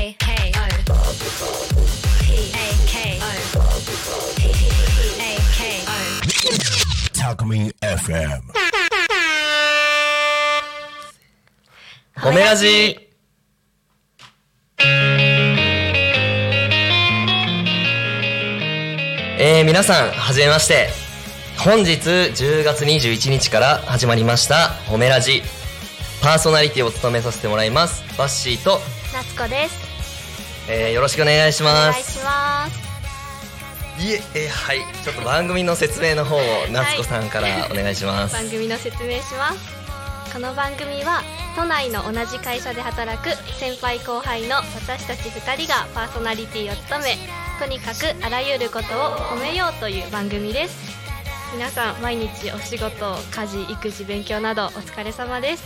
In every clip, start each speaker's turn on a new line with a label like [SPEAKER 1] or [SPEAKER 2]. [SPEAKER 1] P-A-K-O. P-A-K-O. P-A-K-O.
[SPEAKER 2] Talkme FM.
[SPEAKER 3] 褒めラジえー、皆さん、はじめまして。本日10月21日から始まりました、褒めラジ。パーソナリティを務めさせてもらいます。バッシーと、
[SPEAKER 4] 夏子です。
[SPEAKER 3] えー、よろしくお願いし
[SPEAKER 4] お願
[SPEAKER 3] ま
[SPEAKER 4] い
[SPEAKER 3] す。
[SPEAKER 4] します。
[SPEAKER 3] いえ、えーはい。ちょっと番組の説明の方を、夏子さんからお願いします。
[SPEAKER 4] 番組の説明します。この番組は都内の同じ会社で働く先輩後輩の私たち2人がパーソナリティを務め、とにかくあらゆることを褒めようという番組です。皆さん毎日お仕事、家事、育児、勉強などお疲れ様です。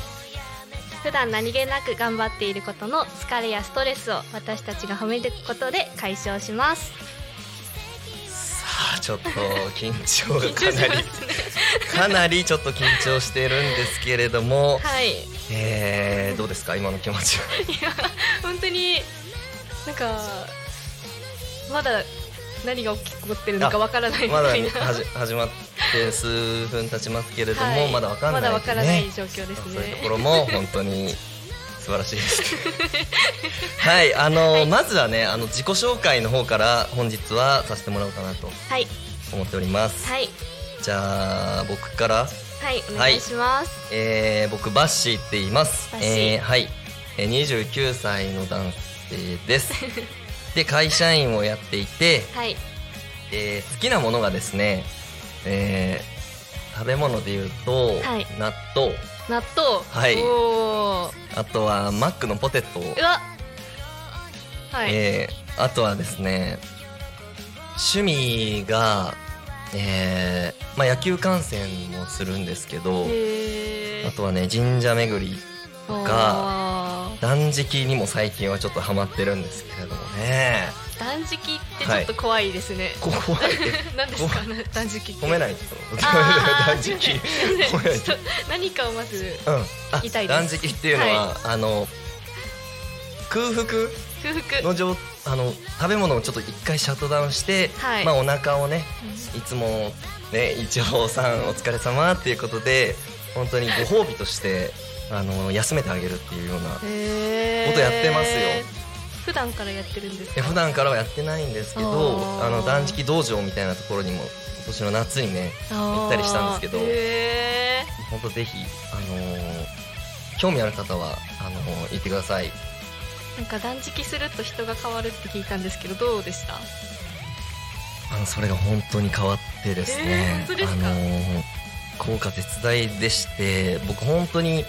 [SPEAKER 4] 普段何気なく頑張っていることの疲れやストレスを私たちが褒めることで解消します。
[SPEAKER 3] あちょっと緊張がかなり、かなりちょっと緊張してるんですけれども、
[SPEAKER 4] はい。
[SPEAKER 3] えー、どうですか今の気持ちは
[SPEAKER 4] 本当になんかまだ何が起こってるのかわからないみ
[SPEAKER 3] まだ
[SPEAKER 4] たいな
[SPEAKER 3] はじ始まって数分経ちますけれども、
[SPEAKER 4] はい
[SPEAKER 3] まだわかんない、ね、
[SPEAKER 4] まだわからない状況ですね
[SPEAKER 3] そういうところも本当に素晴らしいです はいあの、まずはねあの自己紹介の方から本日はさせてもらおうかなと
[SPEAKER 4] はい
[SPEAKER 3] 思っております、
[SPEAKER 4] はい
[SPEAKER 3] じゃあ僕から
[SPEAKER 4] はいお願いします
[SPEAKER 3] えー、僕バッシーって言います
[SPEAKER 4] バッシー
[SPEAKER 3] えーはい、えー、29歳の男性です で会社員をやっていて、
[SPEAKER 4] はい
[SPEAKER 3] えー好きなものがですね、えー食べ物で言うと、
[SPEAKER 4] はい
[SPEAKER 3] 納豆
[SPEAKER 4] 納豆
[SPEAKER 3] はい
[SPEAKER 4] おー
[SPEAKER 3] あとはマックのポテト、
[SPEAKER 4] うわはい、
[SPEAKER 3] えーあとはですね趣味が、えーまあ、野球観戦もするんですけど
[SPEAKER 4] へー
[SPEAKER 3] あとはね神社巡りとか
[SPEAKER 4] おー
[SPEAKER 3] 断食にも最近はちょっとハマってるんですけれども ね
[SPEAKER 4] 断食ってちょっと怖いですね、
[SPEAKER 3] 怖い
[SPEAKER 4] なん何ですか断食っ て
[SPEAKER 3] 褒めないと
[SPEAKER 4] あー
[SPEAKER 3] 断食 褒めない
[SPEAKER 4] ち
[SPEAKER 3] と
[SPEAKER 4] ょっと何かをまず
[SPEAKER 3] うんあ
[SPEAKER 4] 痛いです
[SPEAKER 3] 断食っていうのは、あの空腹
[SPEAKER 4] 空腹
[SPEAKER 3] の状あの食べ物をちょっと一回シャットダウンして、
[SPEAKER 4] はい
[SPEAKER 3] まあお腹をねいつもね一応さんお疲れ様っていうことで本当にご褒美としてあの休めてあげるっていうような
[SPEAKER 4] へー
[SPEAKER 3] ことやってますよ
[SPEAKER 4] 普段からやってるんです
[SPEAKER 3] いや
[SPEAKER 4] か
[SPEAKER 3] 普段からはやってないんですけど
[SPEAKER 4] あー
[SPEAKER 3] あの断食道場みたいなところにも今年の夏にね行ったりしたんですけど
[SPEAKER 4] あーへ
[SPEAKER 3] 本当ぜひあのー興味ある方はあのー行ってください
[SPEAKER 4] ーなんか断食すると人が変わるって聞いたんですけどどうでした
[SPEAKER 3] あのそれが本当に変わってですね
[SPEAKER 4] えー、本当ですか
[SPEAKER 3] あのー効果絶大でして僕本当に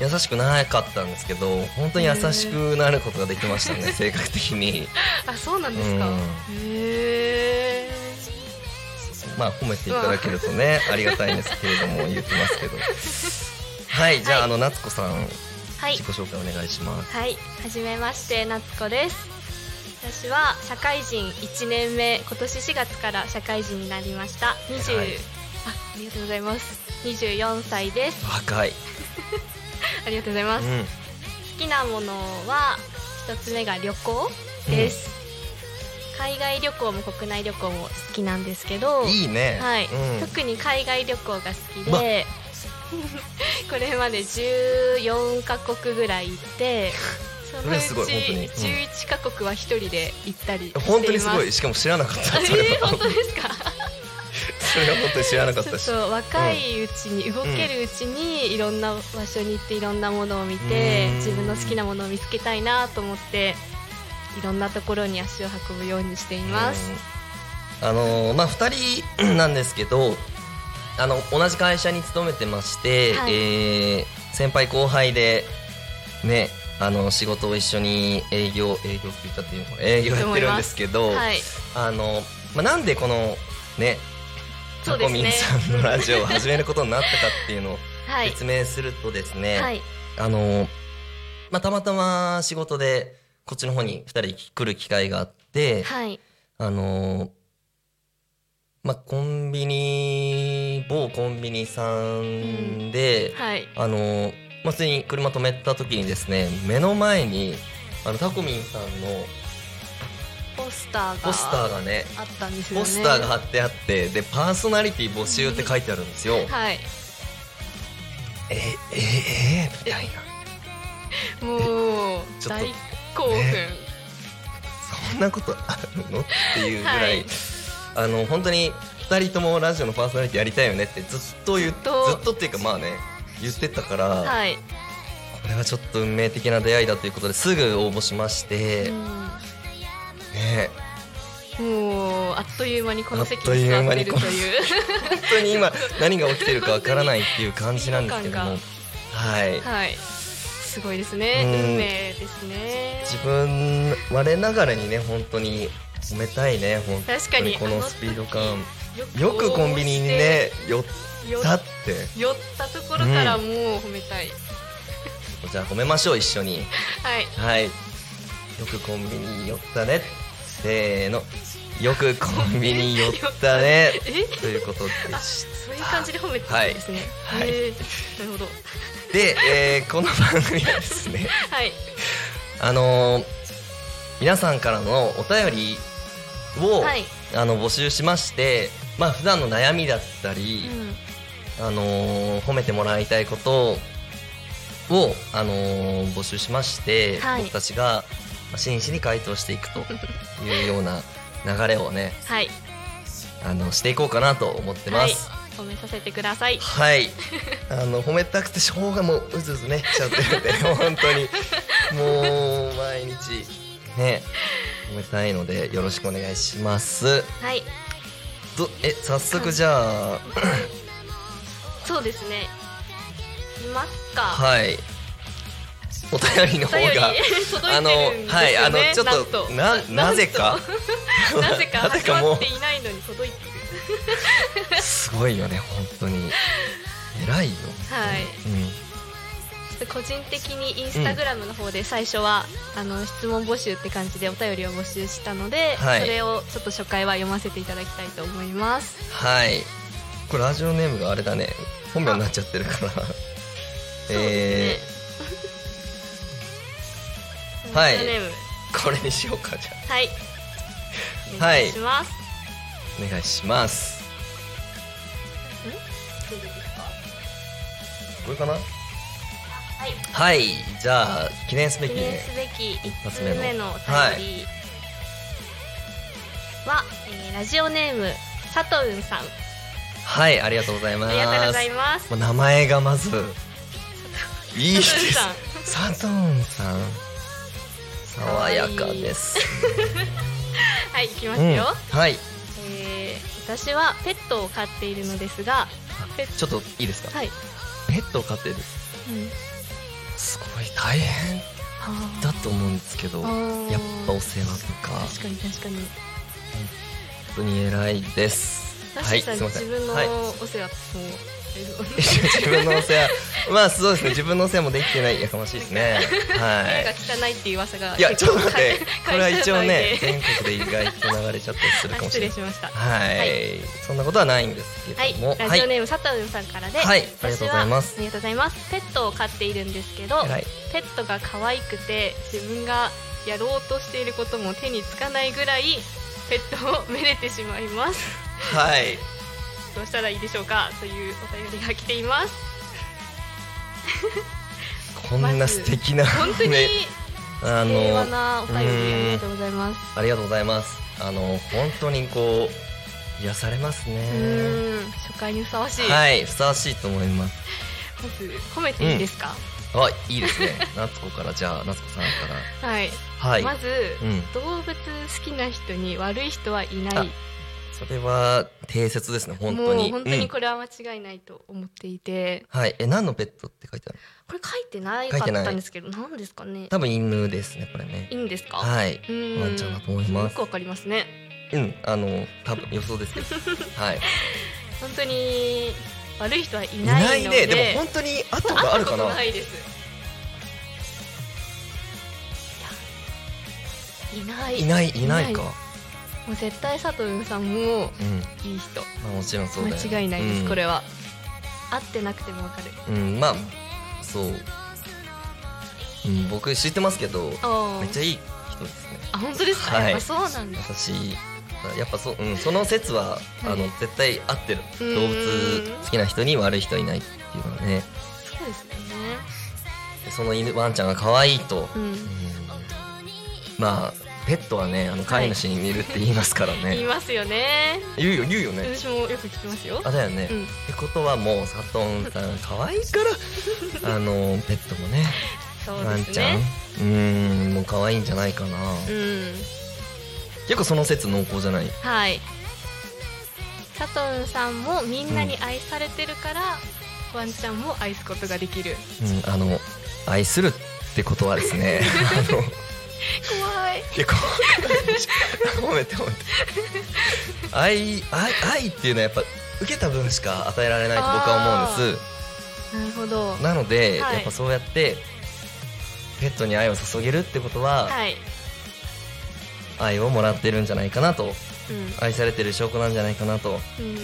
[SPEAKER 3] 優しくなかったんですけど本当に優しくなることができました ね、性格的に
[SPEAKER 4] あそうなんですか
[SPEAKER 3] うん
[SPEAKER 4] へえ
[SPEAKER 3] まあ褒めていただけるとねありがたいんですけれども言ってますけど はいじゃあ,、あの夏子さん
[SPEAKER 4] はい
[SPEAKER 3] 自己紹介お願いします
[SPEAKER 4] はいはじめまして夏子です私は社会人1年目今年4月から社会人になりました20、
[SPEAKER 3] はい
[SPEAKER 4] あありがとうございます24歳です
[SPEAKER 3] 若い、
[SPEAKER 4] ありがとうございます、
[SPEAKER 3] うん、
[SPEAKER 4] 好きなものは一つ目が旅行です、海外旅行も国内旅行も好きなんですけど
[SPEAKER 3] いいね
[SPEAKER 4] はい
[SPEAKER 3] うん
[SPEAKER 4] 特に海外旅行が好き
[SPEAKER 3] うわ
[SPEAKER 4] で これまで14カ国ぐらい 行ってそのうち
[SPEAKER 3] それはすごい本当にうん
[SPEAKER 4] 11カ国は一人で行ったりしています、
[SPEAKER 3] 本当にすごいしかも知らなかった
[SPEAKER 4] あ
[SPEAKER 3] それ
[SPEAKER 4] えー
[SPEAKER 3] は
[SPEAKER 4] 本当ですか
[SPEAKER 3] それは本当に知らなかっ
[SPEAKER 4] ちょ
[SPEAKER 3] た
[SPEAKER 4] っ
[SPEAKER 3] し
[SPEAKER 4] と若いうちに、動けるうちにいろんな場所に行っていろんなものを見て
[SPEAKER 3] うん
[SPEAKER 4] 自分の好きなものを見つけたいなと思っていろんなところに足を運ぶようにしています、
[SPEAKER 3] うんあのーまあ2人 なんですけどあの同じ会社に勤めてまして、
[SPEAKER 4] はい
[SPEAKER 3] えー先輩後輩でねあの仕事を一緒に営業営業って言ったっていうのかな営業やってるんですけど
[SPEAKER 4] はい
[SPEAKER 3] あの、まあ、なんでこのね
[SPEAKER 4] そ
[SPEAKER 3] タ
[SPEAKER 4] うで
[SPEAKER 3] コ
[SPEAKER 4] すね
[SPEAKER 3] ミンさんのラジオを始めることになったかっていうのを
[SPEAKER 4] はい
[SPEAKER 3] 説明するとですね、
[SPEAKER 4] はい
[SPEAKER 3] あの、まあ、たまたま仕事でこっちの方に2人来る機会があって、
[SPEAKER 4] はい
[SPEAKER 3] あの、まあ、コンビニ、某コンビニさんで、
[SPEAKER 4] はい
[SPEAKER 3] あの、まあ、普通に車止めた時にですね、目の前にあのタコミンさんの
[SPEAKER 4] ポスターが
[SPEAKER 3] ポスターがね
[SPEAKER 4] あったんですよね
[SPEAKER 3] ポスターが貼ってあってでパーソナリティ募集って書いてあるんですよ、
[SPEAKER 4] はい
[SPEAKER 3] ええええみたいな
[SPEAKER 4] もう
[SPEAKER 3] ちょっと
[SPEAKER 4] 大興奮、
[SPEAKER 3] ねそんなことあるのっていうぐらい、
[SPEAKER 4] はい
[SPEAKER 3] あの本当に2人ともラジオのパーソナリティやりたいよねってずっと言っ
[SPEAKER 4] ずっと
[SPEAKER 3] ずっとっていうかまあね言ってたから、
[SPEAKER 4] はい、
[SPEAKER 3] これはちょっと運命的な出会いだということですぐ応募しまして、ね
[SPEAKER 4] うんもうあっという間にこの席
[SPEAKER 3] あっと
[SPEAKER 4] に
[SPEAKER 3] いう
[SPEAKER 4] 座
[SPEAKER 3] 間
[SPEAKER 4] って
[SPEAKER 3] に
[SPEAKER 4] る
[SPEAKER 3] ことの
[SPEAKER 4] いう
[SPEAKER 3] 本当に今何が起きてるかわからないっていう感じなんです けども
[SPEAKER 4] 緊
[SPEAKER 3] はい、
[SPEAKER 4] はいすごいですね
[SPEAKER 3] うん
[SPEAKER 4] 運命ですね
[SPEAKER 3] 自分我ながらにね本当に褒めたいね本
[SPEAKER 4] 確
[SPEAKER 3] 当
[SPEAKER 4] かに
[SPEAKER 3] にこのスピード感
[SPEAKER 4] あの時
[SPEAKER 3] よくコンビニにね寄っ
[SPEAKER 4] 寄った
[SPEAKER 3] って
[SPEAKER 4] 寄ったところからもう褒めたい、
[SPEAKER 3] じゃあ褒めましょう一緒に
[SPEAKER 4] はい
[SPEAKER 3] はいよくコンビニに寄ったねせーのよくコンビニに寄ったね
[SPEAKER 4] え
[SPEAKER 3] ということでし
[SPEAKER 4] そういう感じで褒めてるんですね
[SPEAKER 3] はいはい
[SPEAKER 4] へえなるほど
[SPEAKER 3] て、えーこの番組はですね
[SPEAKER 4] はい
[SPEAKER 3] あのー皆さんからのお便りを、
[SPEAKER 4] はい
[SPEAKER 3] あの募集しまして、まあ普段の悩みだったり、あのー褒めてもらいたいことを、あのー募集しまして、
[SPEAKER 4] はい
[SPEAKER 3] 僕たちがまあ真摯に回答していくというような流れをね
[SPEAKER 4] はい
[SPEAKER 3] あのしていこうかなと思ってます。
[SPEAKER 4] 褒めさせてください
[SPEAKER 3] はい、あの褒めたくてしょうがもううずうずねしちゃってるん で本当にもう毎日ね褒めたいのでよろしくお願いします
[SPEAKER 4] はい
[SPEAKER 3] どえ早速じゃあ
[SPEAKER 4] そうですねいますか
[SPEAKER 3] はいお便りの
[SPEAKER 4] お
[SPEAKER 3] 方
[SPEAKER 4] 便り
[SPEAKER 3] が
[SPEAKER 4] 届い
[SPEAKER 3] あの
[SPEAKER 4] てるんですよね
[SPEAKER 3] はいあのちょっ
[SPEAKER 4] なん
[SPEAKER 3] とななぜか
[SPEAKER 4] なぜ か
[SPEAKER 3] なぜ
[SPEAKER 4] 始
[SPEAKER 3] かも
[SPEAKER 4] ま
[SPEAKER 3] う
[SPEAKER 4] っていないのに届いてる
[SPEAKER 3] すごいよね本当に偉いよ、
[SPEAKER 4] はい
[SPEAKER 3] うん、
[SPEAKER 4] ちょっと個人的にインスタグラムの方で最初は、あの質問募集って感じでお便りを募集したので、
[SPEAKER 3] はい
[SPEAKER 4] それをちょっと初回は読ませていただきたいと思います
[SPEAKER 3] はいこれラジオネームがあれだね本名になっちゃってるから
[SPEAKER 4] そう
[SPEAKER 3] え
[SPEAKER 4] で
[SPEAKER 3] ー
[SPEAKER 4] すね
[SPEAKER 3] はい
[SPEAKER 4] ラジオネーム
[SPEAKER 3] これにしようかじゃ
[SPEAKER 4] はいお
[SPEAKER 3] はい
[SPEAKER 4] 願いします、
[SPEAKER 3] あお願いしますこれかな
[SPEAKER 4] はい
[SPEAKER 3] はいじゃあ記念すべき
[SPEAKER 4] 記念
[SPEAKER 3] ね
[SPEAKER 4] すべき一
[SPEAKER 3] 発
[SPEAKER 4] 発
[SPEAKER 3] 目の
[SPEAKER 4] 目のお便りは、えーラジオネーム佐藤さん
[SPEAKER 3] はいありがとうございます
[SPEAKER 4] ありがとうございます
[SPEAKER 3] もう名前がま ずいいです
[SPEAKER 4] 佐藤さん
[SPEAKER 3] 佐藤さん爽やかです
[SPEAKER 4] はい行きます
[SPEAKER 3] うん
[SPEAKER 4] よ、
[SPEAKER 3] はい
[SPEAKER 4] えー私はペットを飼っているのですがペッ
[SPEAKER 3] ちょっといいですか、
[SPEAKER 4] はい、
[SPEAKER 3] ペットを飼ってる
[SPEAKER 4] うん
[SPEAKER 3] すごい大変
[SPEAKER 4] あ
[SPEAKER 3] だと思うんですけど
[SPEAKER 4] あー
[SPEAKER 3] やっぱお世話とか
[SPEAKER 4] ー確かに確かに
[SPEAKER 3] 本当に偉いです
[SPEAKER 4] ラッ
[SPEAKER 3] は
[SPEAKER 4] シ
[SPEAKER 3] い
[SPEAKER 4] ー
[SPEAKER 3] す
[SPEAKER 4] さん、
[SPEAKER 3] いませ
[SPEAKER 4] 自
[SPEAKER 3] ん
[SPEAKER 4] 分の
[SPEAKER 3] はい、
[SPEAKER 4] お世話も、
[SPEAKER 3] 自分のお世話まあそうですね自分のお世話もできてないやかましいですねは
[SPEAKER 4] 手が
[SPEAKER 3] い
[SPEAKER 4] 汚いっていう噂が
[SPEAKER 3] いやちょっと待って
[SPEAKER 4] 結構
[SPEAKER 3] これは一応ね
[SPEAKER 4] 会社
[SPEAKER 3] 全
[SPEAKER 4] 内
[SPEAKER 3] 国で意外と流れちゃったりする
[SPEAKER 4] で
[SPEAKER 3] か
[SPEAKER 4] あ
[SPEAKER 3] もし
[SPEAKER 4] 失
[SPEAKER 3] れな
[SPEAKER 4] 礼
[SPEAKER 3] い
[SPEAKER 4] しました
[SPEAKER 3] はい、
[SPEAKER 4] はい
[SPEAKER 3] そんなことはないんですけ
[SPEAKER 4] はい
[SPEAKER 3] ども、、
[SPEAKER 4] ラジオネーム佐藤さんからで、
[SPEAKER 3] はい
[SPEAKER 4] 私
[SPEAKER 3] ありがとうございます
[SPEAKER 4] ありがとうございますペットを飼っているんですけど、
[SPEAKER 3] 偉い
[SPEAKER 4] ペットが可愛くて自分がやろうとしていることも手につかないぐらいペットをめでてしまい ます
[SPEAKER 3] はい
[SPEAKER 4] どうしたらいいでしょうかというお便りが来てい ます
[SPEAKER 3] こんな素敵な、
[SPEAKER 4] 本当に
[SPEAKER 3] ねあ
[SPEAKER 4] 平和
[SPEAKER 3] の
[SPEAKER 4] なお便りありがとうございます
[SPEAKER 3] ありがとうございますあの本当にこう癒されます
[SPEAKER 4] う
[SPEAKER 3] ね
[SPEAKER 4] ーん初回にふさわしい、
[SPEAKER 3] はいふさわしいと思います
[SPEAKER 4] まず褒めていいですか、
[SPEAKER 3] あいいです ね夏子からじゃあ夏子さんか
[SPEAKER 4] はい、
[SPEAKER 3] らはい、
[SPEAKER 4] まず、
[SPEAKER 3] うん
[SPEAKER 4] 動物好きな人に悪い人はいない
[SPEAKER 3] それは定説ですね本当
[SPEAKER 4] も
[SPEAKER 3] に
[SPEAKER 4] う本当に
[SPEAKER 3] うん
[SPEAKER 4] これは間違いないと思っていて、
[SPEAKER 3] はいえ何のペットって書いてある
[SPEAKER 4] これ書いてない
[SPEAKER 3] 書
[SPEAKER 4] か
[SPEAKER 3] いてない
[SPEAKER 4] ったんですけど何ですかね
[SPEAKER 3] 多分犬ですねこれね
[SPEAKER 4] いいんですか、
[SPEAKER 3] はい
[SPEAKER 4] うん
[SPEAKER 3] ワンちゃんだと思います
[SPEAKER 4] よくわかりますね
[SPEAKER 3] うんあの多分予想です けどはい
[SPEAKER 4] 本当に悪い人はい
[SPEAKER 3] い
[SPEAKER 4] な
[SPEAKER 3] ない
[SPEAKER 4] いの
[SPEAKER 3] ね
[SPEAKER 4] で
[SPEAKER 3] でも本当にあったことあ
[SPEAKER 4] 会
[SPEAKER 3] る
[SPEAKER 4] った
[SPEAKER 3] か
[SPEAKER 4] こ
[SPEAKER 3] な
[SPEAKER 4] とないですいやいない
[SPEAKER 3] いないいないか
[SPEAKER 4] もう絶対佐藤さんも
[SPEAKER 3] うん
[SPEAKER 4] いい人
[SPEAKER 3] まあもちろんそうだよね
[SPEAKER 4] 間違いないです、
[SPEAKER 3] うん
[SPEAKER 4] これは会ってなくてもわかる
[SPEAKER 3] うんまあそううん僕知ってますけど
[SPEAKER 4] お
[SPEAKER 3] めっち
[SPEAKER 4] ー
[SPEAKER 3] ゃいい人ですね
[SPEAKER 4] あ本当ですか、
[SPEAKER 3] はい
[SPEAKER 4] やっぱそうなんだ
[SPEAKER 3] 優しいやっぱそう、うん、その説は、あの
[SPEAKER 4] はい
[SPEAKER 3] 絶対合ってる
[SPEAKER 4] うん
[SPEAKER 3] 動物好きな人に悪い人いないっていうのはね
[SPEAKER 4] そうですよね
[SPEAKER 3] でその犬ワンちゃんが可愛いと、
[SPEAKER 4] うん、
[SPEAKER 3] うんまあペットはねあの飼い主に似るって言いますからね、
[SPEAKER 4] 言いますよね
[SPEAKER 3] 言うよ言うよね
[SPEAKER 4] 私もよく聞きますよ
[SPEAKER 3] あだよね、
[SPEAKER 4] うん
[SPEAKER 3] ってことはもう佐藤さん可愛いからあのペットもね
[SPEAKER 4] そう
[SPEAKER 3] ワン
[SPEAKER 4] です
[SPEAKER 3] ちゃんう
[SPEAKER 4] ね
[SPEAKER 3] ーんもう可愛いんじゃないかな、
[SPEAKER 4] うん
[SPEAKER 3] 結構その説濃厚じゃない
[SPEAKER 4] はいサトンさんもみんなに愛されてるから、ワンちゃんも愛すことができる
[SPEAKER 3] うん、あの愛するってことはです ねあのい
[SPEAKER 4] 怖い
[SPEAKER 3] やこう褒めて褒めて愛愛愛っていうのはやっぱ受けた分しか与えられないと僕は思うんで
[SPEAKER 4] なるほど
[SPEAKER 3] すなので、
[SPEAKER 4] はい
[SPEAKER 3] やっぱそうやってペットに愛を注げるってことは、
[SPEAKER 4] はい、
[SPEAKER 3] 愛をもらってるんじゃないかなと
[SPEAKER 4] う
[SPEAKER 3] 愛されてる証拠なんじゃないかなとね
[SPEAKER 4] ん、うん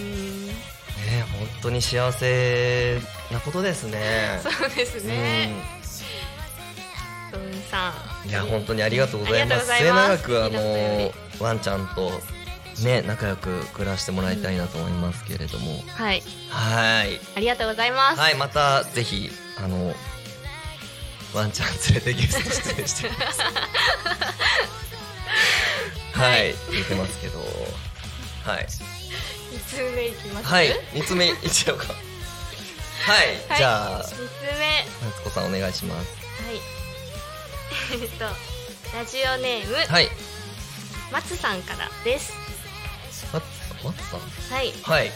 [SPEAKER 3] え本当に幸せなことですね
[SPEAKER 4] そうですねサトンさ
[SPEAKER 3] うんんいや本当にありがとうございます
[SPEAKER 4] あり
[SPEAKER 3] 末
[SPEAKER 4] がと
[SPEAKER 3] 永
[SPEAKER 4] うございます
[SPEAKER 3] くあ
[SPEAKER 4] いいですよ
[SPEAKER 3] のワンちゃんとね仲良く暮らしてもらいたいなと思いますけれども、
[SPEAKER 4] はい
[SPEAKER 3] はーい
[SPEAKER 4] ありがとうございます、
[SPEAKER 3] はいまたぜひあのワンちゃん連れてゲスト出演してくださいはい言ってますけどはい
[SPEAKER 4] 2通目いきます
[SPEAKER 3] はい、三つ目いっちゃおうか。はい、
[SPEAKER 4] はい
[SPEAKER 3] じゃあ、
[SPEAKER 4] 2
[SPEAKER 3] 夏
[SPEAKER 4] 通目
[SPEAKER 3] 子さんお願いします。
[SPEAKER 5] はい
[SPEAKER 4] えっとラジオネーム、
[SPEAKER 3] はい、
[SPEAKER 5] 松さんからです
[SPEAKER 3] ま、松さん。
[SPEAKER 5] はい
[SPEAKER 3] はい。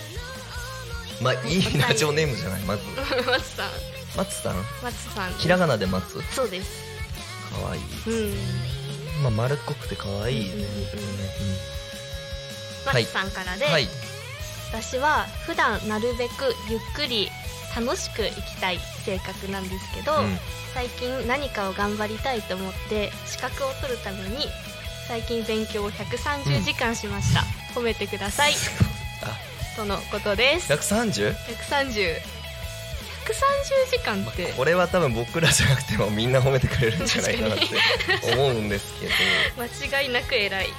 [SPEAKER 3] まあ、いいラジオネームじゃない、まず。
[SPEAKER 4] 松さん
[SPEAKER 3] 松さん。
[SPEAKER 4] 松さん
[SPEAKER 3] ひらがなで松。か
[SPEAKER 5] そうです
[SPEAKER 3] わいい。
[SPEAKER 4] うん
[SPEAKER 3] まあ、丸っこくて可愛いね。
[SPEAKER 4] うんうんうん
[SPEAKER 3] はい
[SPEAKER 5] 松さんからで、
[SPEAKER 3] はい。
[SPEAKER 5] 私は普段なるべくゆっくり楽しく生きたい性格なんですけど、
[SPEAKER 3] うん
[SPEAKER 5] 最近何かを頑張りたいと思って資格を取るために最近勉強を130時間しました、褒めてください
[SPEAKER 3] あ、
[SPEAKER 5] とのことです
[SPEAKER 3] 百三十？
[SPEAKER 4] 130130時間って
[SPEAKER 3] これは多分僕らじゃなくてもみんな褒めてくれるんじゃないかなって思うんですけど。
[SPEAKER 4] 間違いなく偉い
[SPEAKER 3] 本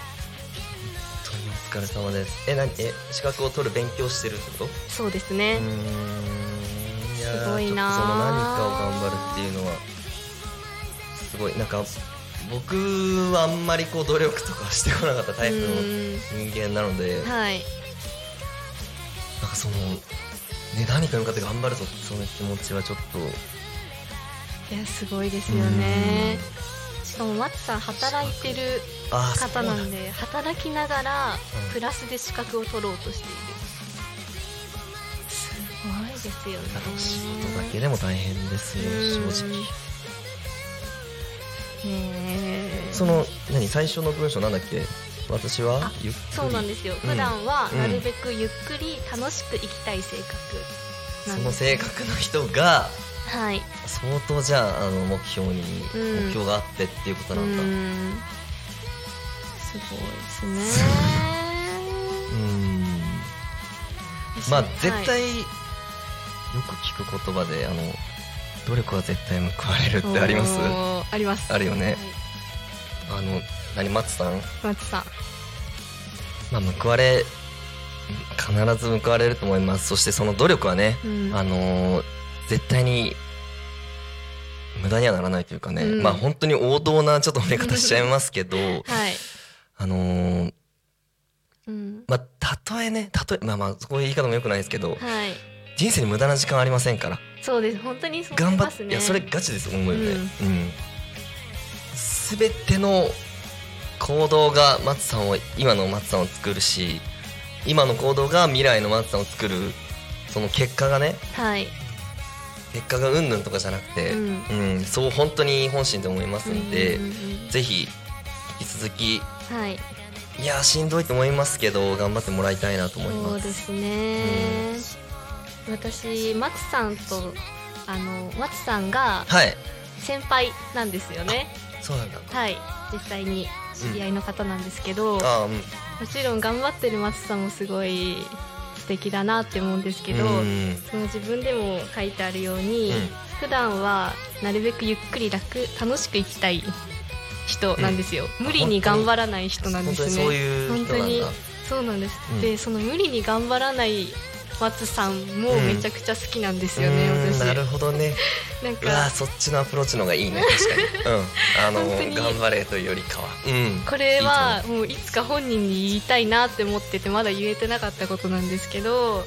[SPEAKER 3] 当にお疲れ様です。え、何？え、資格を取る勉強してるってこと？
[SPEAKER 4] そうですね、
[SPEAKER 3] うーんやー
[SPEAKER 4] すごいなー
[SPEAKER 3] ちょっとその何かを頑張るっていうのはすごいなんか僕はあんまりこう努力とかしてこなかったタイプの人間なのでなんか
[SPEAKER 4] はい
[SPEAKER 3] その、ね、何かに向かって頑張るぞってその気持ちはちょっと
[SPEAKER 4] いやすごいですよね
[SPEAKER 5] しかも松さん働いてる
[SPEAKER 3] ああ
[SPEAKER 5] 方な
[SPEAKER 3] そうんだ
[SPEAKER 5] で働きながら
[SPEAKER 3] うん
[SPEAKER 5] プラスで資格を取ろうとしているすごいですよね
[SPEAKER 3] 仕事だけでも大変ですよ正直
[SPEAKER 5] ねえ
[SPEAKER 3] その何最初の文章なんだっけ私は
[SPEAKER 5] あ
[SPEAKER 3] ゆっくり
[SPEAKER 5] そうなんですよ
[SPEAKER 3] うん
[SPEAKER 5] 普段は
[SPEAKER 3] うん
[SPEAKER 5] なるべくゆっくり楽しく生きたい性格な
[SPEAKER 3] そ
[SPEAKER 5] ん
[SPEAKER 3] の
[SPEAKER 5] です
[SPEAKER 3] 性格の人が
[SPEAKER 5] はい
[SPEAKER 3] 相当じゃああの目標に、
[SPEAKER 4] うん
[SPEAKER 3] 目標があってっていうこと
[SPEAKER 4] う
[SPEAKER 3] なんだうん
[SPEAKER 4] んすごいですね
[SPEAKER 3] まあ
[SPEAKER 4] はい
[SPEAKER 3] 絶対、よく聞く言葉であの努力は絶対報われるってあります
[SPEAKER 4] おーあります
[SPEAKER 3] あるよね
[SPEAKER 4] は、
[SPEAKER 3] あの何松さん、
[SPEAKER 4] い松さん
[SPEAKER 3] まあ、報われ必ず報われると思いますそしてその努力はね、
[SPEAKER 4] うん
[SPEAKER 3] あのー絶対に無駄にはならないというかね、
[SPEAKER 4] うん
[SPEAKER 3] まあ本当に王道なちょっと褒め方しちゃいますけど
[SPEAKER 4] はい
[SPEAKER 3] あのー
[SPEAKER 4] うん
[SPEAKER 3] まあ、たとえね、たとえ、まあまあ、そういう言い方も良くないですけど、
[SPEAKER 4] はい
[SPEAKER 3] 人生に無駄な時間ありませんから。
[SPEAKER 4] そうです本当にそう思
[SPEAKER 3] 頑
[SPEAKER 4] い
[SPEAKER 3] 張
[SPEAKER 4] ま
[SPEAKER 3] っ
[SPEAKER 4] す
[SPEAKER 3] て、
[SPEAKER 4] ね
[SPEAKER 3] いや、それガチです、思うよね。うん。すべての行動が松さんを、今の松さんを作るし、今の行動が未来の松さんを作る、その結果がね、
[SPEAKER 4] はい
[SPEAKER 3] 結果がうんぬんとかじゃなくて、
[SPEAKER 4] う
[SPEAKER 3] うんん、そう本当に本心で思いますんで、
[SPEAKER 4] うんうんうん
[SPEAKER 3] ぜひ、引き続き、
[SPEAKER 4] はい
[SPEAKER 3] いや、しんどいと思いますけど、頑張ってもらいたいなと思い
[SPEAKER 5] そ
[SPEAKER 3] ま
[SPEAKER 5] う
[SPEAKER 3] す。
[SPEAKER 5] ですね私松さんとあの松さんが
[SPEAKER 3] はい。
[SPEAKER 5] 先輩なんですよね
[SPEAKER 3] そうなんだ。
[SPEAKER 5] はい実際に知り合いの方なんですけど、も
[SPEAKER 3] ああ、うん。
[SPEAKER 5] ちろん頑張ってる松さんもすごい素敵だなって思うんですけど、
[SPEAKER 3] うん
[SPEAKER 5] その自分でも書いてあるように、
[SPEAKER 3] うん
[SPEAKER 5] 普段は
[SPEAKER 4] なるべくゆっくり楽楽しく生きたい人なんですよ、無理に頑張らない人なん
[SPEAKER 3] 本
[SPEAKER 4] で
[SPEAKER 3] 当に
[SPEAKER 4] すね
[SPEAKER 3] そういう人
[SPEAKER 4] 本当
[SPEAKER 3] なん
[SPEAKER 4] に
[SPEAKER 3] だ
[SPEAKER 4] そうなんです、
[SPEAKER 3] うん
[SPEAKER 4] でその無理に頑張らない松さんも
[SPEAKER 3] うん
[SPEAKER 4] めちゃくちゃ好きなんですよね、
[SPEAKER 3] うん
[SPEAKER 4] 私
[SPEAKER 3] なるほどね
[SPEAKER 4] なん
[SPEAKER 3] うわー
[SPEAKER 4] か
[SPEAKER 3] そっちのアプローチの方がいいね確かにうんあの
[SPEAKER 4] 本当に
[SPEAKER 3] 頑張れというよりかはうん
[SPEAKER 4] これはもういつか本人に言いたいなって思っててまだ言えてなかったことなんですけど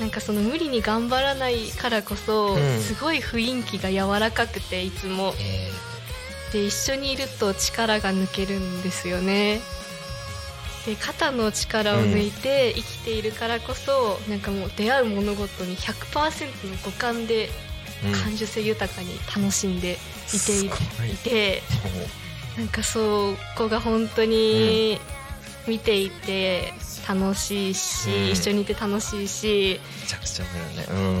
[SPEAKER 4] なんかその無理に頑張らないからこそ、
[SPEAKER 3] うん
[SPEAKER 4] すごい雰囲気が柔らかくていつも
[SPEAKER 3] え
[SPEAKER 4] で一緒にいると力が抜けるんですよねで肩の力を抜いて生きているからこそ、なんかもう出会う物事に100%の五感で
[SPEAKER 3] ーうん
[SPEAKER 4] 感受性豊かに楽しんでいて
[SPEAKER 3] す
[SPEAKER 4] い
[SPEAKER 3] ごい
[SPEAKER 4] て
[SPEAKER 3] もう
[SPEAKER 4] なんかそこが本当に見ていて楽しいし、
[SPEAKER 3] うん
[SPEAKER 4] 一緒にいて楽しいし
[SPEAKER 3] めちゃくちゃ面白いねうん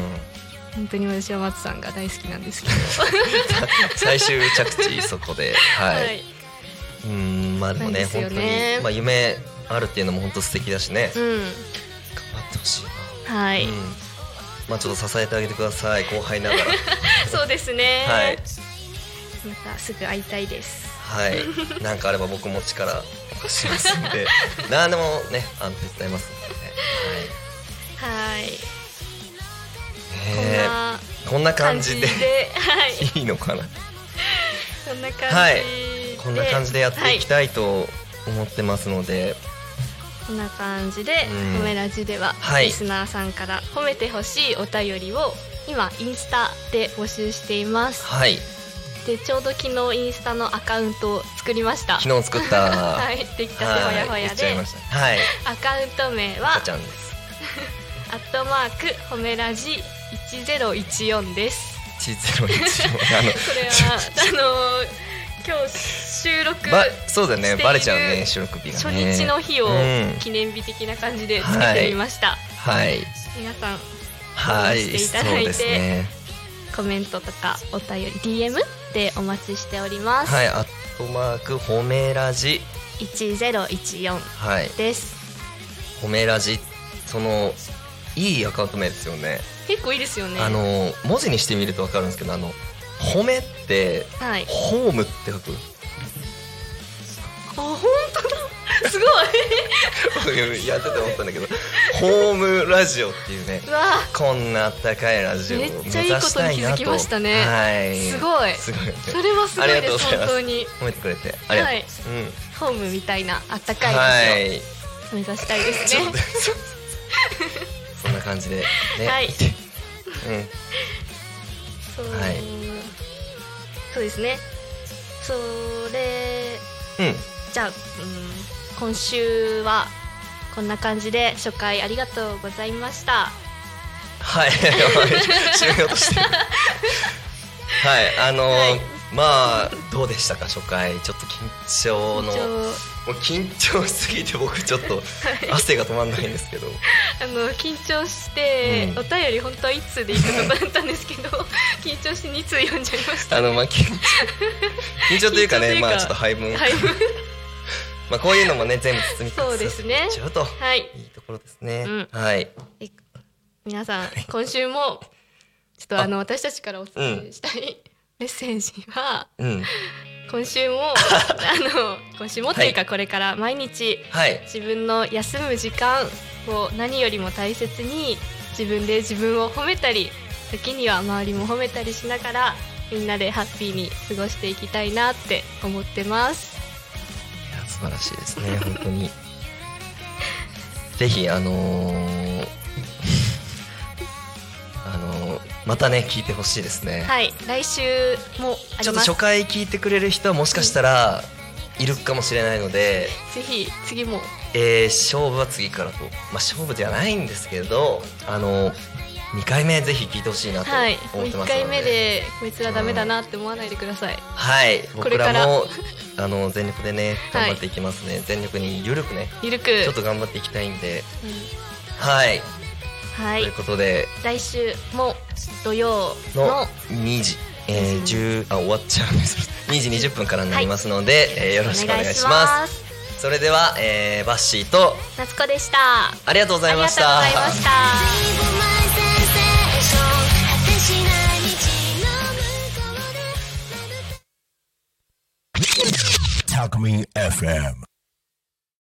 [SPEAKER 4] 本当に私は松さんが大好きなんですけ
[SPEAKER 3] 最終着地そこで
[SPEAKER 4] ど、
[SPEAKER 3] はい、うんまあでもね
[SPEAKER 4] そうですよ
[SPEAKER 3] 本当
[SPEAKER 4] ね
[SPEAKER 3] に、まあ、夢あるっていうのも本当素敵だしね、
[SPEAKER 4] う
[SPEAKER 3] 頑張
[SPEAKER 4] ん
[SPEAKER 3] ってほしいな、
[SPEAKER 4] はい、
[SPEAKER 3] うんまあちょっと支えてあげてください後輩ながら
[SPEAKER 4] そうですね、
[SPEAKER 3] はい
[SPEAKER 4] またすぐ会いたいです
[SPEAKER 3] はいなんかあれば僕も力お貸しますんで何でもねあの手伝いますんで
[SPEAKER 4] はい、
[SPEAKER 3] ね、はいねえこんな
[SPEAKER 4] こんな感
[SPEAKER 3] 感
[SPEAKER 4] じ
[SPEAKER 3] じ
[SPEAKER 4] で
[SPEAKER 3] で
[SPEAKER 4] はい
[SPEAKER 3] いいのかな
[SPEAKER 4] こんな感じで、
[SPEAKER 3] はいこんな感じでやっていきたいと思ってますので、
[SPEAKER 4] はいこんな感じで
[SPEAKER 3] うん
[SPEAKER 4] 褒めラジでは、
[SPEAKER 3] はい
[SPEAKER 4] リスナーさんから褒めてほしいお便りを今インスタで募集しています
[SPEAKER 3] はい
[SPEAKER 4] でちょうど昨日インスタのアカウントを作りました
[SPEAKER 3] 昨日作った
[SPEAKER 4] は
[SPEAKER 3] はい
[SPEAKER 4] できたてほやほ
[SPEAKER 3] 言
[SPEAKER 4] や
[SPEAKER 3] っちゃい
[SPEAKER 4] で
[SPEAKER 3] ましたはい
[SPEAKER 4] アカウント名
[SPEAKER 3] 赤
[SPEAKER 4] は
[SPEAKER 3] ちゃんです
[SPEAKER 4] 「アットマーク褒めラジ1014」です
[SPEAKER 3] 101あの
[SPEAKER 4] こ れはあのー今日収録
[SPEAKER 3] ばそうだね
[SPEAKER 4] している
[SPEAKER 3] バレちゃうね収録日が
[SPEAKER 4] 初
[SPEAKER 3] ね
[SPEAKER 4] 日の日を
[SPEAKER 3] うん
[SPEAKER 4] 記念日的な感じでつけてみました、
[SPEAKER 3] はい
[SPEAKER 4] 皆さん
[SPEAKER 3] はい
[SPEAKER 4] 応援していた
[SPEAKER 3] そ
[SPEAKER 4] だ
[SPEAKER 3] う
[SPEAKER 4] いて
[SPEAKER 3] ですね
[SPEAKER 4] コメントとかお便り DM でお待ちしております、
[SPEAKER 3] はいアットマーク褒めラジ
[SPEAKER 4] 1014
[SPEAKER 3] はい
[SPEAKER 4] です
[SPEAKER 3] 褒めラジそのいいアカウント名ですよね
[SPEAKER 4] 結構いいですよね
[SPEAKER 3] あの文字にしてみると分かるんですけどあの褒めって
[SPEAKER 4] はい
[SPEAKER 3] ホームって書く
[SPEAKER 4] あ本当だ すごい
[SPEAKER 3] やってて思ったんだけどホームラジオっていうね
[SPEAKER 4] うわ
[SPEAKER 3] こんなあったかいラジオを目
[SPEAKER 4] めっ
[SPEAKER 3] 指
[SPEAKER 4] ちゃいいこと
[SPEAKER 3] したい
[SPEAKER 4] に気
[SPEAKER 3] な
[SPEAKER 4] づ
[SPEAKER 3] と
[SPEAKER 4] きましたね
[SPEAKER 3] はい
[SPEAKER 4] すごい
[SPEAKER 3] すごいよね
[SPEAKER 4] それはすごい
[SPEAKER 3] ありが
[SPEAKER 4] で
[SPEAKER 3] とう
[SPEAKER 4] す
[SPEAKER 3] ござい
[SPEAKER 4] 本
[SPEAKER 3] ます
[SPEAKER 4] 当に
[SPEAKER 3] 褒めてくれてありがとうございます、うん
[SPEAKER 4] ホームみたいなあったかい
[SPEAKER 3] は
[SPEAKER 4] 街
[SPEAKER 3] い
[SPEAKER 4] を目指したいです
[SPEAKER 3] ちょっ
[SPEAKER 4] ね
[SPEAKER 3] とそんな感じでね、
[SPEAKER 4] はい
[SPEAKER 3] うん
[SPEAKER 4] そう、
[SPEAKER 3] はい
[SPEAKER 4] そうですねそれ
[SPEAKER 3] うん
[SPEAKER 4] じゃあ、うん、今週はこんな感じで初回ありがとうございました
[SPEAKER 3] はい終了としてるはいあのー
[SPEAKER 4] はい
[SPEAKER 3] まあどうでしたか初回ちょっと緊張の
[SPEAKER 4] 一応
[SPEAKER 3] もう緊張しすぎて僕ちょっと汗が止まんないんですけど
[SPEAKER 4] あの緊張して、
[SPEAKER 3] うん
[SPEAKER 4] お便り本当は1通でいくことだったんですけど 緊張して2通読んじゃいました
[SPEAKER 3] あのまあ 緊張緊張というかね
[SPEAKER 4] 緊張というか
[SPEAKER 3] まあちょっと配分、
[SPEAKER 4] はい
[SPEAKER 3] まあこういうのもね全部包みつつ
[SPEAKER 4] そうですね
[SPEAKER 3] やっちゃうと、
[SPEAKER 4] はい
[SPEAKER 3] い、いところですね、
[SPEAKER 4] うん
[SPEAKER 3] はい
[SPEAKER 4] え皆さん今週もちょっとあの私たちからお伝えしたい、メッセージは
[SPEAKER 3] うん
[SPEAKER 4] 今週もあの今週もっていうかこれから毎日
[SPEAKER 3] はい
[SPEAKER 4] 自分の休む時間を何よりも大切に自分で自分を褒めたり時には周りも褒めたりしながらみんなでハッピーに過ごしていきたいなって思ってます
[SPEAKER 3] いや素晴らしいですね本当にぜひあのー あのーまたね聞いてほしいですね、
[SPEAKER 4] はい来週もあ
[SPEAKER 3] ちょっ
[SPEAKER 4] り
[SPEAKER 3] と
[SPEAKER 4] ます
[SPEAKER 3] 初回聞いてくれる人はもしかしたらいるかもしれないので、
[SPEAKER 4] ぜひ次も
[SPEAKER 3] えー勝負は次からと、まあ、勝負ではないんですけどあのー2回目ぜひ聞いてほしいなと
[SPEAKER 4] はいも
[SPEAKER 3] 思
[SPEAKER 4] う
[SPEAKER 3] ってます
[SPEAKER 4] 1
[SPEAKER 3] ので、
[SPEAKER 4] 回目でこいつらダメだなって思わないでください、
[SPEAKER 3] はい
[SPEAKER 4] こ
[SPEAKER 3] 僕
[SPEAKER 4] れから
[SPEAKER 3] らもあの全力でね
[SPEAKER 4] はい
[SPEAKER 3] 頑張っていきますね、全力に緩くね
[SPEAKER 4] ゆるく
[SPEAKER 3] ちょっと頑張っていきたいんで
[SPEAKER 4] うん
[SPEAKER 3] はい、
[SPEAKER 4] は
[SPEAKER 3] という
[SPEAKER 4] い
[SPEAKER 3] ことで
[SPEAKER 4] 来週も土曜
[SPEAKER 3] の
[SPEAKER 4] の
[SPEAKER 3] 2時、えー、10あ終わっちゃうんです2時20分からになりますので、えーよろしくお願いします
[SPEAKER 4] す
[SPEAKER 3] それでは、えーバッシーと
[SPEAKER 4] 夏子でした
[SPEAKER 3] ありがとうございました
[SPEAKER 4] ありがとうございまし
[SPEAKER 6] 「果てしない道
[SPEAKER 4] た
[SPEAKER 6] の向こうで」
[SPEAKER 2] Talk Me FM.